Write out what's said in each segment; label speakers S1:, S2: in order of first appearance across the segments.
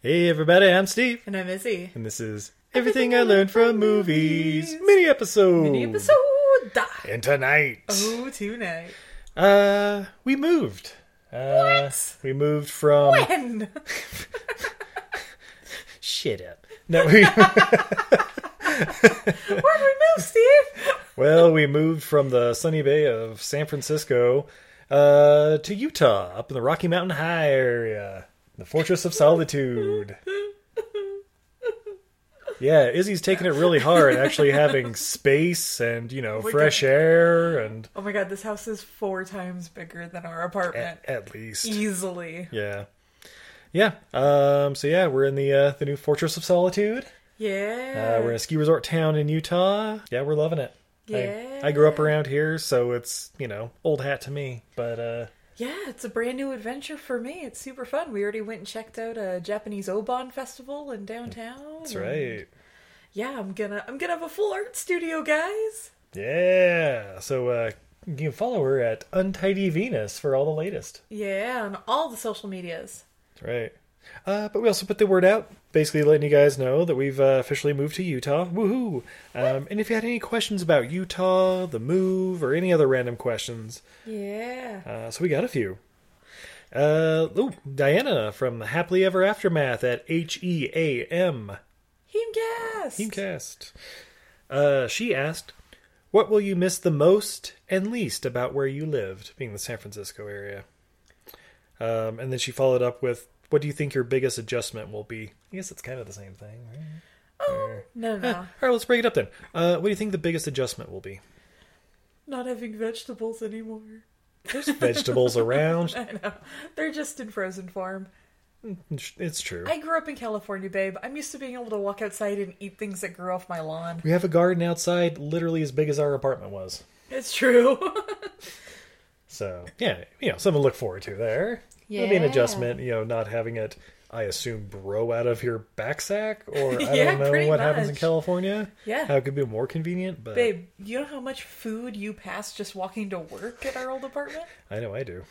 S1: Hey everybody, I'm Steve,
S2: And I'm Izzy.
S1: and this is Everything I Learned from Movies mini episode.
S2: Mini episode.
S1: And tonight,
S2: Oh, tonight.
S1: uh, we moved. Uh,
S2: What?
S1: We moved from
S2: And
S1: shit up. No, we
S2: where do we move, Steve?
S1: well, we moved from the sunny bay of San Francisco uh, to Utah, up in the Rocky Mountain High area, the Fortress of Solitude. Yeah, Izzy's taking it really hard, actually having space and you know
S2: my
S1: fresh air and
S2: Oh my god, this house is four times bigger than our apartment.
S1: at, at least
S2: Easily.
S1: Yeah. Yeah. Um, so yeah, we're in the uh, the new Fortress of Solitude. Uh,
S2: Yeah.
S1: we're in a ski resort town in Utah. Yeah, we're loving it.
S2: Yeah.
S1: I, I grew up around here, so it's you know old hat to me. But uh,
S2: yeah, it's a brand new adventure for me. It's super fun. We already went and checked out a Japanese Obon festival in downtown.
S1: that's
S2: Mm.
S1: right.
S2: Yeah, I'm gonna I'm gonna have a full art studio, guys.
S1: Yeah. So uh, you can follow her at Untidy Venus for all the latest.
S2: Yeah, on all the social medias.
S1: That's right. Uh, but we also put the word out, basically letting you guys know that we've uh, officially moved to Utah. Woohoo! Um, and if you had any questions about Utah, the move, or any other random questions,
S2: Yeah.
S1: Uh, so we got a few. Uh, ooh, Diana from Happily Ever Aftermath at H E A M
S2: Heem gas.
S1: Teamcast. Uh, she asked, "What will you miss the most and least about where you lived, being the San Francisco area?" Um, and then she followed up with, "What do you think your biggest adjustment will be?" I guess it's kind of the same thing. Right?
S2: No, no.
S1: All right, let's break it up then. Uh, what do you think the biggest adjustment will be?
S2: Not having vegetables anymore.
S1: There's vegetables around.
S2: They're just in frozen form.
S1: It's true.
S2: I grew up in California, babe. I'm used to being able to walk outside and eat things that grew off my lawn.
S1: We have a garden outside, literally as big as our apartment was.
S2: It's true.
S1: So yeah, you know, something to look forward to there. It'll be an
S2: Yeah.
S1: adjustment, you know, not having it. I assume grow out of your back sack, or I
S2: Yeah,
S1: don't know
S2: pretty
S1: what happens in
S2: much.
S1: California.
S2: Yeah.
S1: how it could be more convenient, but
S2: babe, you know how much food you pass just walking to work at our old apartment?
S1: I know I do.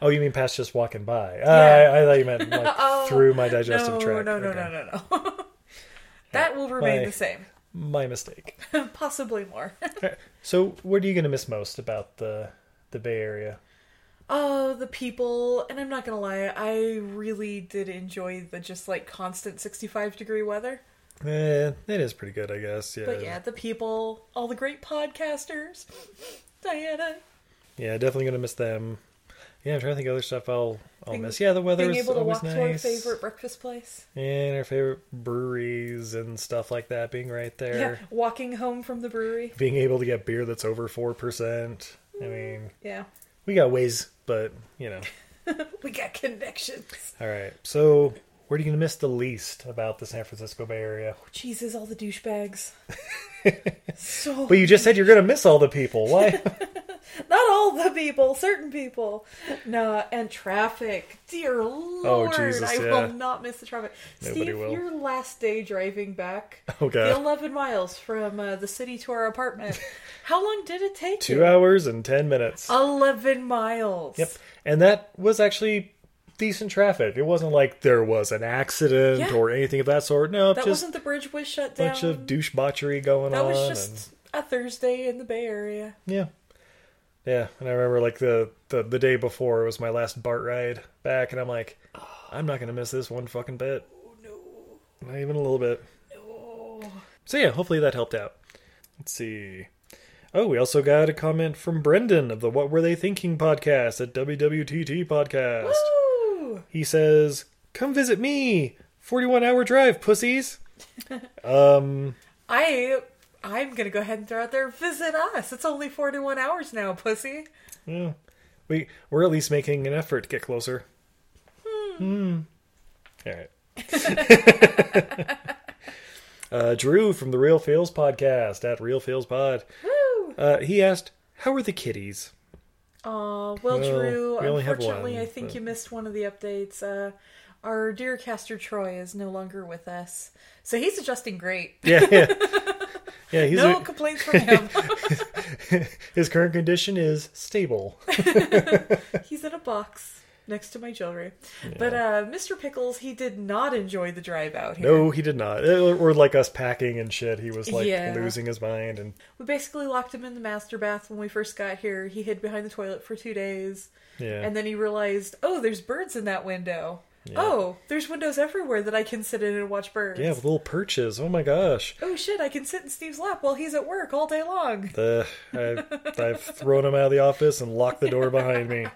S1: oh, you mean past just walking by? Ah,
S2: Yeah. Oh,
S1: I, I thought you meant like through my digestive
S2: no,
S1: tract.
S2: No, no,
S1: Okay.
S2: no, no, no. that will remain
S1: Bye.
S2: the same.
S1: My mistake.
S2: Possibly more.
S1: Okay. So, what are you going to miss most about the the Bay Area?
S2: Oh, the people. And I'm not going to lie, I really did enjoy the just like constant 65 degree weather.
S1: Eh, it is pretty good, I guess. Yeah,
S2: But yeah, the people, all the great podcasters, Diana,
S1: Yeah, definitely gonna miss them. Yeah, I'm trying to think of other stuff I'll I'll
S2: Being-
S1: miss. Yeah, the weather
S2: being
S1: is
S2: able to
S1: always
S2: walk to our
S1: nice.
S2: favorite breakfast place.
S1: And our favorite breweries and stuff like that being right
S2: Yeah,
S1: there.
S2: walking home from the brewery.
S1: Being able to get beer that's over four percent.
S2: Mm.
S1: I mean,
S2: Yeah,
S1: we got ways, but you know.
S2: we got connections.
S1: All right. So what are you gonna miss the least about the San Francisco Bay Area?
S2: Jesus, all the douchebags. so
S1: But you just said you're gonna miss all the people. Why?
S2: not all the people, certain people. No, and traffic. Dear Lord,
S1: Oh, Jesus,
S2: I
S1: yeah.
S2: will not miss the traffic.
S1: Nobody
S2: Steve,
S1: will.
S2: your last day driving back,
S1: Oh, God.
S2: the eleven miles from uh, the city to our apartment. How long did it take?
S1: Two
S2: you?
S1: hours and ten minutes.
S2: Eleven miles.
S1: Yep. And that was actually decent traffic. It wasn't like there was an accident
S2: Yeah.
S1: or anything of that sort. No,
S2: That
S1: just
S2: wasn't the bridge was shut down.
S1: bunch of douche botchery going
S2: that
S1: on.
S2: was
S1: and-
S2: just a Thursday in the Bay Area.
S1: yeah, yeah. And I remember like the the the day before was my last BART ride back, and I'm like,
S2: Oh.
S1: I'm not gonna miss this one fucking bit. Not even a little bit. So yeah, hopefully that helped out. Let's see. Oh, we also got a comment from Brendan of the What Were They Thinking podcast at WWTT podcast.
S2: Woo!
S1: He says, "Come visit me. 41 hour drive, pussies." um,
S2: I I'm gonna go ahead and throw out there. Visit us. It's only forty one hours now, pussy.
S1: yeah. we we're at least making an effort to get closer. Hmm. All right. uh, Drew from the Real Fails podcast at Real Fails Pod.
S2: Woo!
S1: Uh, he asked, "How are the kitties?"
S2: Aw, well, Drew.
S1: we only have
S2: Unfortunately,
S1: one,
S2: I think
S1: but-
S2: you missed one of the updates. Uh, our dear caster Troy is no longer with us, so he's adjusting great.
S1: Yeah, yeah, yeah. He's
S2: no
S1: a-
S2: complaints from him.
S1: his current condition is stable.
S2: he's in a box next to my jewelry. But uh, Mr. Pickles, he did not enjoy the drive out here.
S1: No, he did not. Uh, Or or like us packing and shit. He was like
S2: Yeah.
S1: losing his mind and
S2: We basically locked him in the master bath when we first got here. He hid behind the toilet for two days.
S1: yeah.
S2: And then he realized, oh, there's birds in that window. Oh, there's windows everywhere that I can sit in and watch birds.
S1: yeah, with little perches. Oh my gosh.
S2: Oh shit, I can sit in Steve's lap while he's at work all day long.
S1: The I, I've thrown him out of the office and locked the door behind me.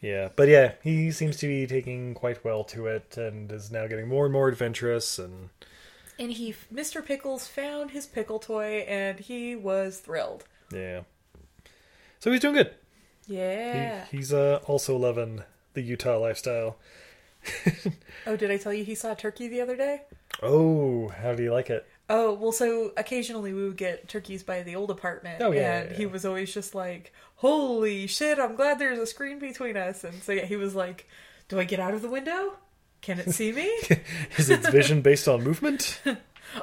S1: Yeah, but yeah, he seems to be taking quite well to it and is now getting more and more adventurous and
S2: And he, Mr. Pickles, found his pickle toy and he was thrilled.
S1: yeah. So he's doing good.
S2: Yeah.
S1: He, he's uh, also loving the Utah lifestyle.
S2: Oh, did I tell you he saw a turkey the other day?
S1: Oh, how do you like it?
S2: Oh, well, so occasionally we would get turkeys by the old apartment.
S1: Oh, yeah, yeah,
S2: And
S1: yeah.
S2: he was always just like, holy shit, I'm glad there's a screen between us. And so yeah, he was like, do I get out of the window? Can it see me?
S1: Is its vision based on movement?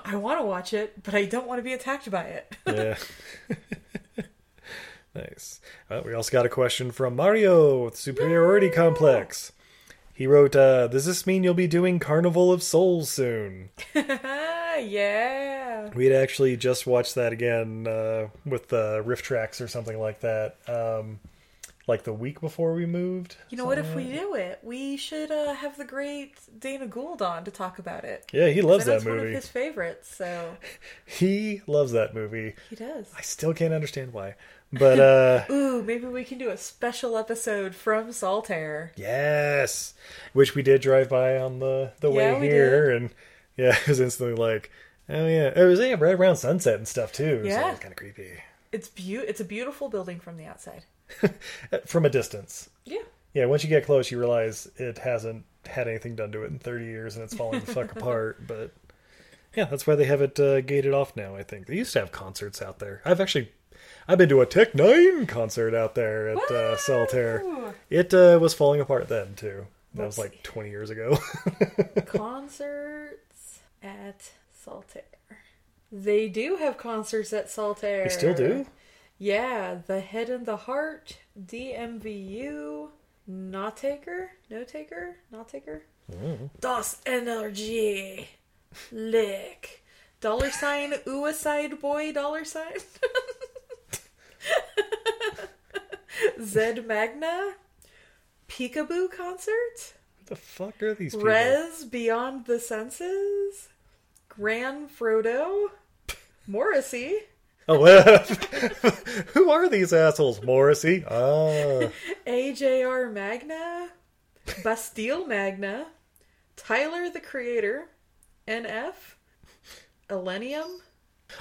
S2: I want to watch it, but I don't want to be attacked by it.
S1: Yeah. nice. Uh, we also got a question from Mario with Superiority Complex. He wrote, uh, Does this mean you'll be doing Carnival of Souls soon?
S2: ah, yeah.
S1: We had actually just watched that again uh, with the riff tracks or something like that, um, like the week before we moved.
S2: You know what? If we
S1: uh,
S2: do it, we should uh, have the great Dana Gould on to talk about it.
S1: Yeah, he loves
S2: That's
S1: that
S2: one of
S1: movie.
S2: his favorites, so
S1: He loves that movie.
S2: he does.
S1: I still can't understand why. But uh,
S2: Ooh, maybe we can do a special episode from Saltaire.
S1: Yes, which we did drive by on the the
S2: Yeah,
S1: way
S2: we
S1: here, and yeah, it was instantly like, oh yeah, it was yeah, right around sunset and stuff too. so
S2: Yeah.
S1: it was kind of creepy
S2: It's beau- It's a beautiful building from the outside.
S1: Uh, from a distance.
S2: Yeah.
S1: Yeah, once you get close, you realize it hasn't had anything done to it in 30 years, and it's falling the fuck apart. But yeah, that's why they have it uh, gated off now. I think they used to have concerts out there. I've actually. I've been to a Tech Nine concert out there at uh, Solitaire.
S2: Woo!
S1: It uh, was falling apart then too. That was
S2: Let's
S1: like 20 years ago.
S2: Concerts at Saltaire. They do have concerts at Saltaire.
S1: they still do.
S2: Yeah, the head and the heart, DMVU, not taker, no taker, not taker.
S1: Mm.
S2: Das NRG, lick, dollar sign, uicide boy, dollar sign. Zed Magna, peekaboo concert,
S1: the fuck are these people?
S2: Rez Beyond the Senses, Gran Frodo, Morrissey.
S1: Oh, well, who are these assholes, Morrissey? Ah,
S2: AJR Magna, Bastille Magna, Tyler the Creator, NF, Elenium.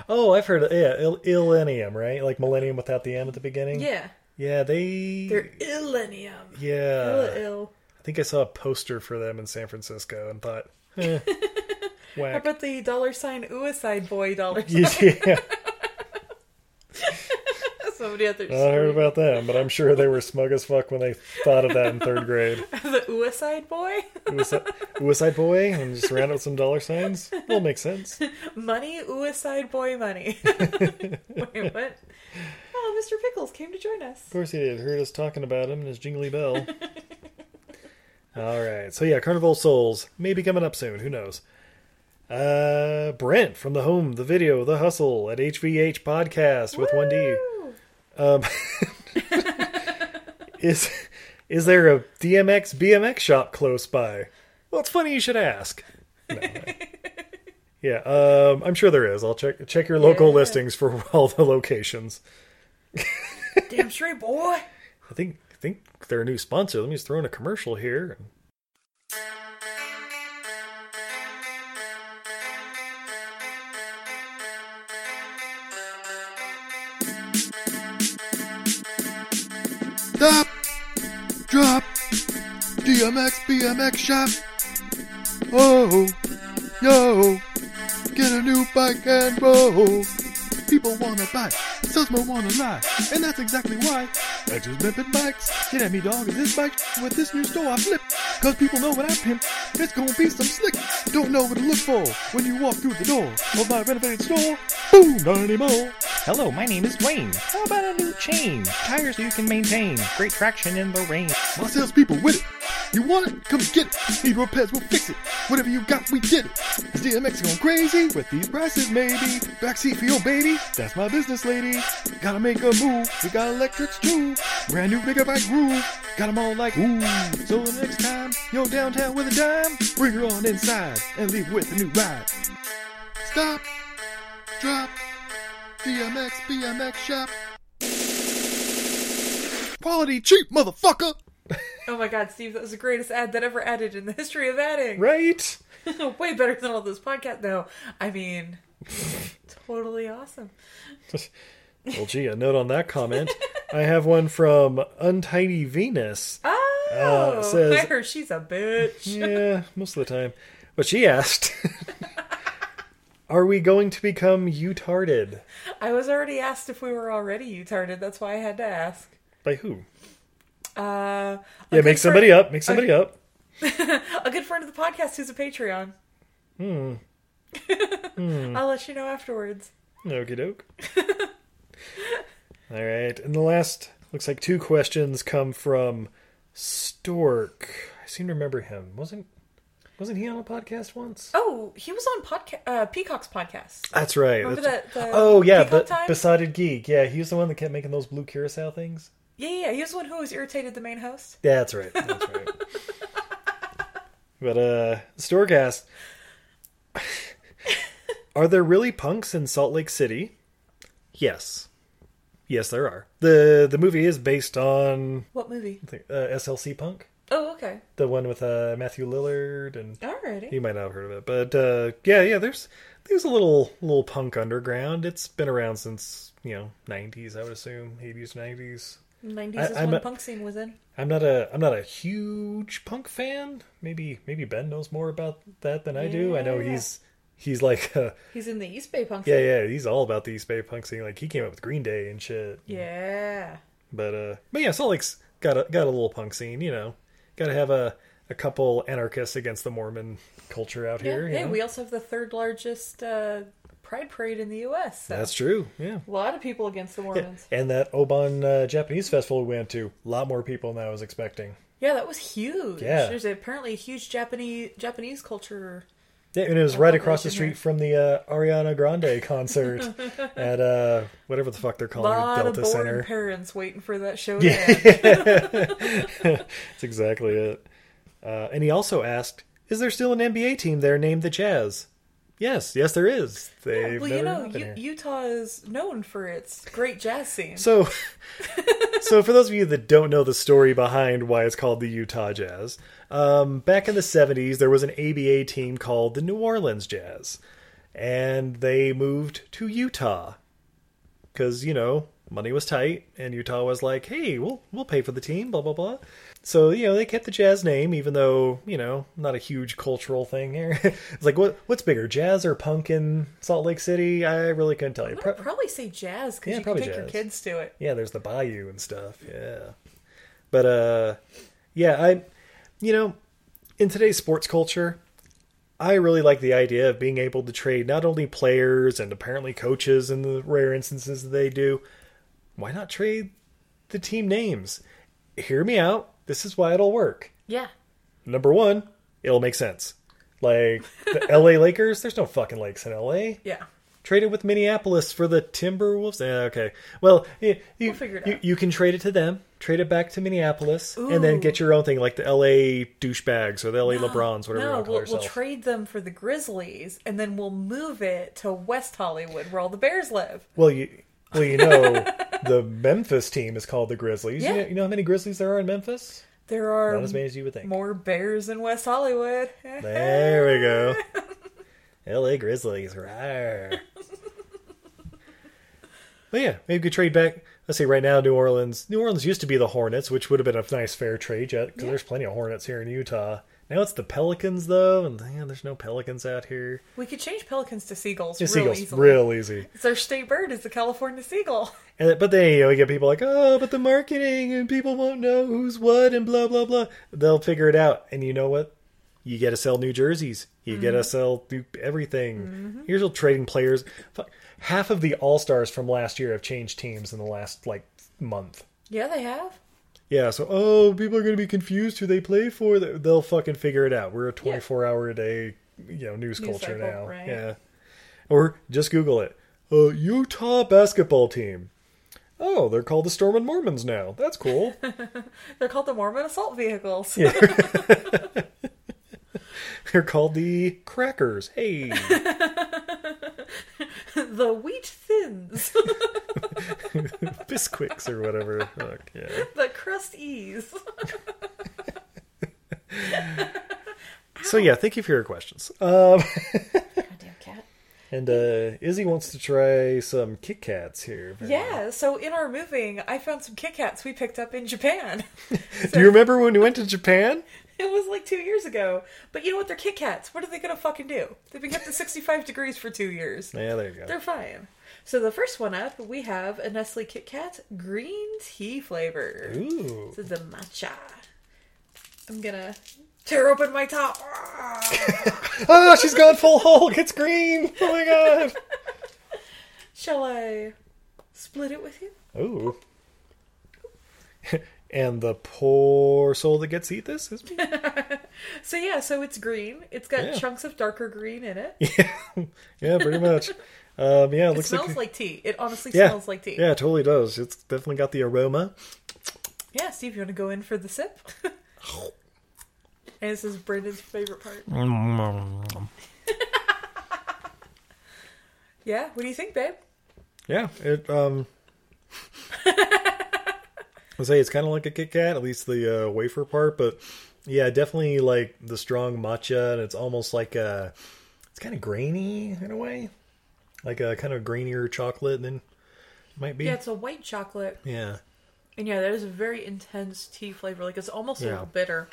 S1: oh, I've heard. Of, yeah, Il- Illenium, right? Like Millennium without the M at the beginning.
S2: Yeah,
S1: yeah, they.
S2: they're Illenium.
S1: yeah,
S2: Ill, Ill.
S1: I think I saw a poster for them in San Francisco and thought, eh,
S2: How
S1: whack.
S2: about the dollar sign Uicide Boy dollar sign?
S1: yeah,
S2: Somebody out there.
S1: Oh, I heard about them, but I'm sure they were smug as fuck when they thought of that in third grade.
S2: the Uicide Boy?
S1: Uicide, Uicide boy, and just ran out with some dollar signs. Will make sense.
S2: Money, Uicide Boy money. Wait, what? Oh, Mr. Pickles came to join us.
S1: Of course he did. Heard us talking about him and his jingly bell. All right. So yeah, Carnival of Souls maybe coming up soon. Who knows? Uh, Brent from the home, the video, the hustle at HVH podcast with one D.
S2: Woo!
S1: Um, Is is there a DMX BMX shop close by? Well, it's funny you should ask. No, I- yeah, um, I'm sure there is. I'll check check your local
S2: Yeah.
S1: listings for all the locations.
S2: Damn straight, boy.
S1: I think I think they're a new sponsor. Let me just throw in a commercial here.
S3: Stop! Drop! DMX BMX shop! Oh! Yo! Get a new bike and roll! People wanna buy, salesmen wanna lie, and that's exactly why I just limping bikes. Get at me, dog, is this bike with this new store I flip? Cause people know what I pimp, it's gonna be some slick. Don't know what to look for when you walk through the door of my renovated store. Boom! Not anymore!
S4: Hello, my name is Dwayne. How about a new chain? Tires you can maintain. Great traction in the rain.
S3: My salespeople with it. You want it? Come get it. Need repairs, we'll fix it. Whatever you got, we did it. Is DMX going crazy? With these prices, maybe. Backseat for your baby. That's my business, lady. Gotta make a move. We got electrics too. Brand new bigger bike groove. Got 'em all like ooh. So the next time you're downtown with a dime, bring her on inside and leave with a new ride. Stop. Drop. DMX BMX shop. Quality cheap, motherfucker.
S2: Oh my god, Steve, that was the greatest ad that ever added in the history of adding.
S1: Right?
S2: Way better than all those podcasts. No, I mean, totally awesome.
S1: Well, gee, a note on that comment. I have one from Untidy Venus.
S2: Oh,
S1: Uh, says-
S2: I heard she's a bitch.
S1: Yeah, most of the time. But she asked, "Are we going to become utarded
S2: I was already asked if we were already utarded. That's why I had to ask.
S1: by who?"
S2: Uh,
S1: Yeah, make somebody up. Make somebody up.
S2: A good friend of the podcast who's a Patreon. Hmm. I'll let you know afterwards.
S1: Okie doke. All right, and the last looks like two questions come from Stork. I seem to remember him. wasn't Wasn't he on a podcast once?
S2: Oh, he was on podca- uh, Peacock's podcast.
S1: That's right.
S2: Remember
S1: that's-
S2: that- the
S1: oh yeah,
S2: peacock
S1: but
S2: time?
S1: besotted geek. Yeah, he was the one that kept making those blue curacao things.
S2: Yeah, yeah, yeah. He was the one who always irritated the main host.
S1: That's right. That's right. but uh Storcast Are there really punks in Salt Lake City? Yes. Yes, there are. The the movie is based on
S2: What movie?
S1: I think, uh, SLC Punk,
S2: Oh, okay.
S1: the one with uh, Matthew Lillard and
S2: Alrighty.
S1: you might not have heard of it. But uh yeah, yeah, there's there's a little little punk underground. It's been around since, you know, 90s, I would assume, 80s, 90s.
S2: 90s
S1: I-
S2: is
S1: I'm
S2: when
S1: a-
S2: punk scene was in.
S1: I'm not a I'm not a huge punk fan. Maybe maybe Ben knows more about that than I do. I know
S2: Yeah.
S1: he's he's like uh,
S2: He's in the East Bay punk
S1: yeah
S2: scene.
S1: yeah he's all about the East Bay punk scene. Like he came up with Green Day and shit.
S2: Yeah.
S1: But uh but yeah, Salt Lake's got a got a little punk scene. You know, got to have a a couple anarchists against the Mormon culture out here.
S2: Yeah,
S1: you
S2: hey,
S1: know?
S2: we also have the third largest uh, pride parade in the U.S. So.
S1: That's true. Yeah.
S2: a lot of people against the Mormons.
S1: And that Oban uh, Japanese festival we went to, a lot more people than I was expecting.
S2: Yeah, that was huge.
S1: Yeah.
S2: There's apparently a huge Japanese Japanese culture.
S1: Yeah, and it was right across the
S2: population
S1: street
S2: here.
S1: from the uh, Ariana Grande concert at uh, whatever the fuck they're
S2: A
S1: calling it,
S2: lot of
S1: Delta
S2: bored
S1: Center.
S2: parents waiting for that show.
S1: Yeah.
S2: To end.
S1: That's exactly it. Uh, and he also asked, "Is there still an NBA team there named the Jazz?" Yes, yes, there is. They've
S2: well,
S1: never
S2: you know,
S1: not been
S2: U-
S1: here.
S2: Utah is known for its great jazz scene.
S1: So, so for those of you that don't know the story behind why it's called the Utah Jazz, um, back in the '70s there was an ABA team called the New Orleans Jazz, and they moved to Utah because you know money was tight, and Utah was like, "Hey, we'll we'll pay for the team," blah blah blah. So you know they kept the Jazz name, even though you know not a huge cultural thing here. it's like what what's bigger, jazz or punk in Salt Lake City? I really couldn't tell you.
S2: I
S1: Pro-
S2: would probably say jazz because
S1: Yeah,
S2: you can
S1: probably
S2: take your
S1: jazz.
S2: kids to it.
S1: yeah, there's the bayou and stuff. Yeah. But uh yeah, I you know, in today's sports culture, I really like the idea of being able to trade not only players and apparently coaches in the rare instances that they do. Why not trade the team names? Hear me out. This is why it'll work.
S2: Yeah.
S1: Number 1, it'll make sense. Like the LA Lakers, there's no fucking lakes in LA
S2: Yeah.
S1: traded with Minneapolis for the Timberwolves. Eh, okay, well, you, you,
S2: figure it
S1: you,
S2: out.
S1: you can trade it to them. trade it back to Minneapolis, and then
S2: Ooh.
S1: get your own thing, like the L.A. douchebags or the L.A.
S2: No,
S1: LeBrons, whatever you
S2: No,
S1: want to call
S2: we'll, we'll
S1: yourself.
S2: trade them for the Grizzlies, and then we'll move it to West Hollywood, where all the Bears live.
S1: well, you well you know the Memphis team is called the Grizzlies. You,
S2: Yeah.
S1: know, you know how many Grizzlies there are in Memphis?
S2: There are
S1: Not as many as you would think.
S2: more Bears in West Hollywood. Eh,
S1: There we go. L.A. Grizzlies, right? but yeah, maybe we could trade back. Let's see. Right now, New Orleans. New Orleans used to be the Hornets, which would have been a nice fair trade, yet because there's plenty of Hornets here in Utah. Now it's the Pelicans, though, and yeah, there's no Pelicans out here.
S2: We could change pelicans to seagulls
S1: Just
S2: real
S1: seagulls,
S2: easily.
S1: real easy.
S2: It's our state bird is the California seagull.
S1: And but then you know you get people like, oh, but the marketing and people won't know who's what and blah blah blah. They'll figure it out, and you know what? You got to sell new jerseys. You got to sell new everything. Here's what trading players. Fuck, Half of the all stars from last year have changed teams in the last like month.
S2: Yeah, they have.
S1: Yeah, so oh, people are gonna be confused who they play for. They- They'll fucking figure it out. We're a twenty four hour a day, you know, news,
S2: News
S1: culture
S2: cycle,
S1: now.
S2: right.
S1: Yeah, or just Google it. Uh, Utah basketball team. Oh, they're called the Storm and Mormons now. That's cool.
S2: They're called the Mormon assault vehicles.
S1: they're called the Crackers. Hey,
S2: the wheat thins.
S1: Bisquicks or whatever. Fuck, yeah.
S2: the crust ease.
S1: So yeah, thank you for your questions. Um,
S2: Goddamn cat.
S1: and uh, Izzy wants to try some Kit Kats here.
S2: Yeah, so in our moving, I found some Kit Kats we picked up in Japan.
S1: Do you remember when we went to Japan?
S2: It was like two years ago. But you know what? They're Kit Kats. What are they going to fucking do? They've been kept at 65 degrees for two years.
S1: Yeah, there you go.
S2: They're fine. So the first one up, we have a Nestle Kit Kat green tea flavor.
S1: Ooh.
S2: This is a matcha. I'm gonna tear open my top.
S1: Oh, she's gone full Hulk. It's green. Oh my god.
S2: Shall I split it with you?
S1: Ooh. And the poor soul that gets to eat this is me.
S2: So yeah, so it's green. It's got
S1: Yeah.
S2: chunks of darker green in it.
S1: yeah, pretty much. Um, yeah, it
S2: It
S1: looks
S2: smells
S1: like,
S2: like tea. It honestly
S1: yeah,
S2: smells like tea.
S1: Yeah, it totally does. It's definitely got the aroma.
S2: Yeah, Steve, you want to go in for the sip? and this is Brendan's favorite part. yeah, what do you think, babe?
S1: Yeah, it. Um, I'll say it's kind of like a Kit Kat, at least the uh, wafer part. But yeah, definitely like the strong matcha, and it's almost like a. It's kind of grainy in a way, like a kind of grainier chocolate than it might be.
S2: Yeah, it's a white chocolate.
S1: yeah.
S2: And yeah, that is a very intense tea flavor. Like it's almost a
S1: Yeah.
S2: little bitter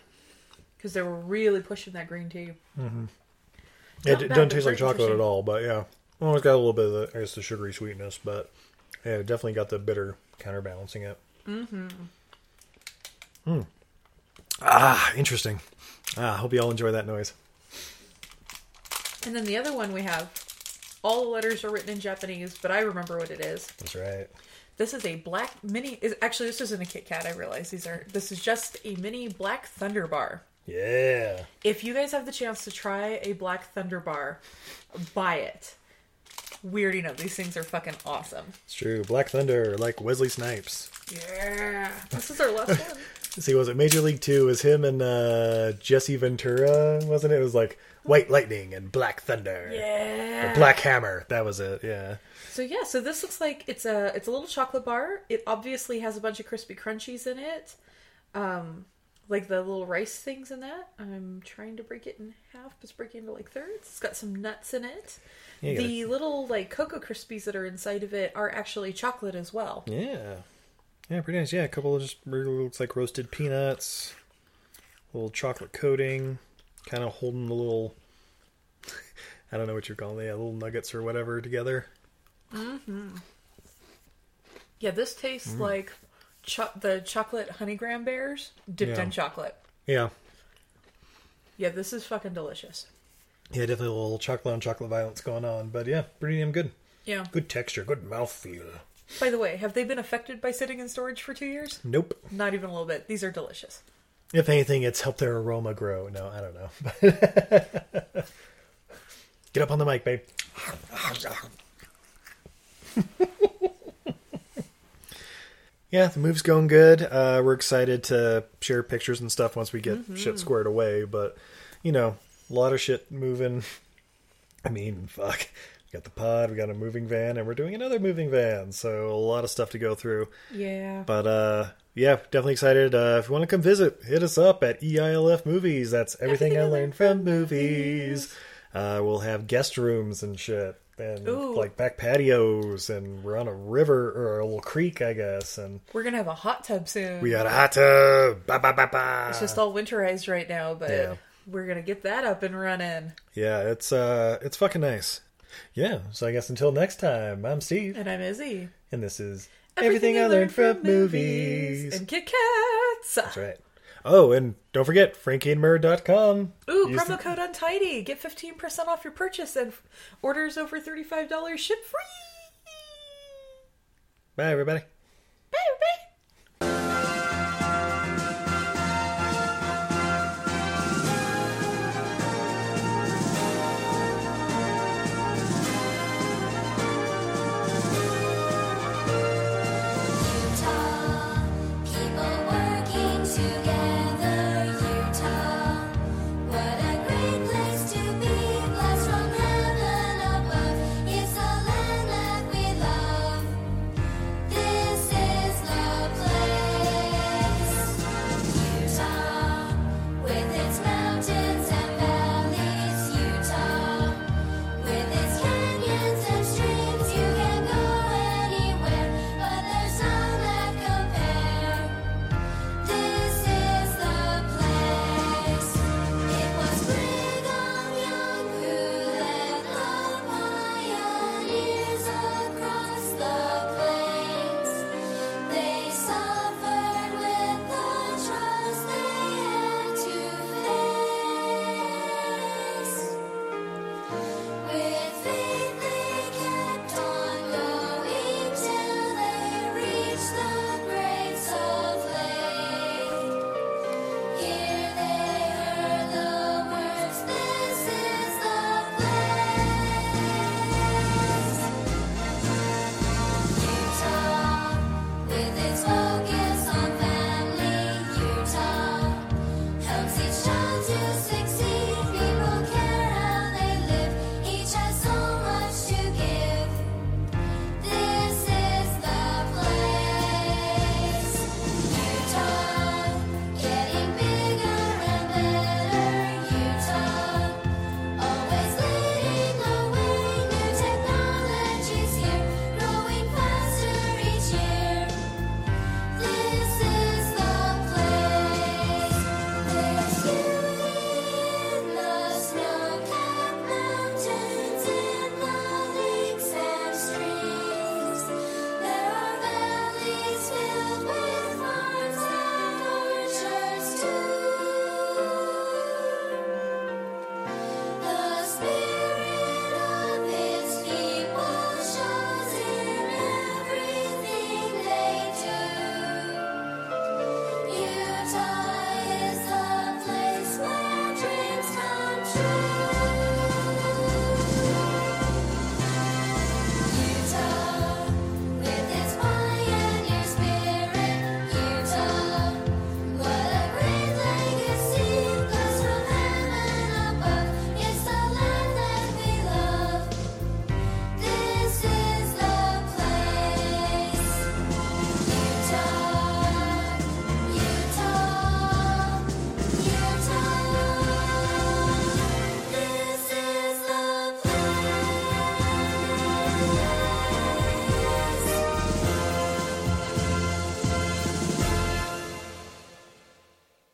S2: because they were really pushing that green tea.
S1: It
S2: Not
S1: d-
S2: bad,
S1: doesn't
S2: but
S1: taste
S2: very
S1: like chocolate at
S2: interesting.
S1: all, but yeah, well, it's got a little bit of the, I guess the sugary sweetness, but yeah, it definitely got the bitter counterbalancing it. Mm-hmm. Ah, interesting. Ah, I hope you all enjoy that noise.
S2: And then the other one we have, all the letters are written in Japanese, but I remember what it is.
S1: That's right.
S2: This is a black mini. Is actually this isn't a Kit Kat. I realize these are. This is just a mini Black Thunder bar.
S1: Yeah.
S2: If you guys have the chance to try a Black Thunder bar, buy it. Weird enough, these things are fucking awesome.
S1: It's true. Black Thunder, like Wesley Snipes.
S2: Yeah. This is our last one.
S1: Let's see, was it Major League Two? It was him and uh, Jesse Ventura, wasn't it? It was like White Lightning and Black Thunder.
S2: Yeah.
S1: Or Black Hammer. That was it. Yeah.
S2: So yeah, so this looks like it's a it's a little chocolate bar. It obviously has a bunch of crispy crunchies in it, um, like the little rice things in that. I'm trying to break it in half, but it's breaking into like thirds. It's got some nuts in it.
S1: you gotta-
S2: the little like cocoa crispies that are inside of it are actually chocolate as well.
S1: Yeah. Yeah, pretty nice. Yeah, a couple of just really looks like roasted peanuts, little chocolate coating, kind of holding the little, I don't know what you're calling it, yeah, little nuggets or whatever together.
S2: Yeah, this
S1: Mm.
S2: tastes like cho- the chocolate honey graham bears dipped
S1: Yeah.
S2: in chocolate.
S1: Yeah.
S2: Yeah, this is fucking delicious.
S1: Yeah, definitely a little chocolate on chocolate violence going on. But yeah, pretty damn good.
S2: Yeah.
S1: Good texture, good mouthfeel.
S2: By the way, have they been affected by sitting in storage for two years?
S1: Nope.
S2: Not even a little bit. These are delicious.
S1: If anything, it's helped their aroma grow. No, I don't know. Get up on the mic, babe. Yeah, the move's going good. Uh, we're excited to share pictures and stuff once we get shit squared away. But you know, a lot of shit moving. I mean, fuck. We got the pod, we got a moving van, and we're doing another moving van. So a lot of stuff to go through.
S2: Yeah.
S1: But uh, yeah, definitely excited. Uh, if you want to come visit, hit us up at E EILF Movies. That's everything, I learned from movies. Uh, we'll have guest rooms and shit, and
S2: Ooh.
S1: like back patios, and we're on a river or a little creek, I guess, and
S2: We're gonna have a hot tub soon.
S1: we got a hot tub. Ba, ba, ba, ba.
S2: It's just all winterized right now, but
S1: Yeah.
S2: we're gonna get that up and running.
S1: yeah, it's uh, it's fucking nice. Yeah, so I guess until next time, I'm Steve,
S2: And I'm Izzy.
S1: and this is everything, I learned from movies.
S2: and Kit Kats.
S1: That's right. Oh, and don't forget frankieandmurr.com.
S2: Ooh,
S1: Use
S2: promo code Untidy. Get 15% off your purchase and f- orders over $35 ship free.
S1: Bye, everybody.
S2: Bye, everybody.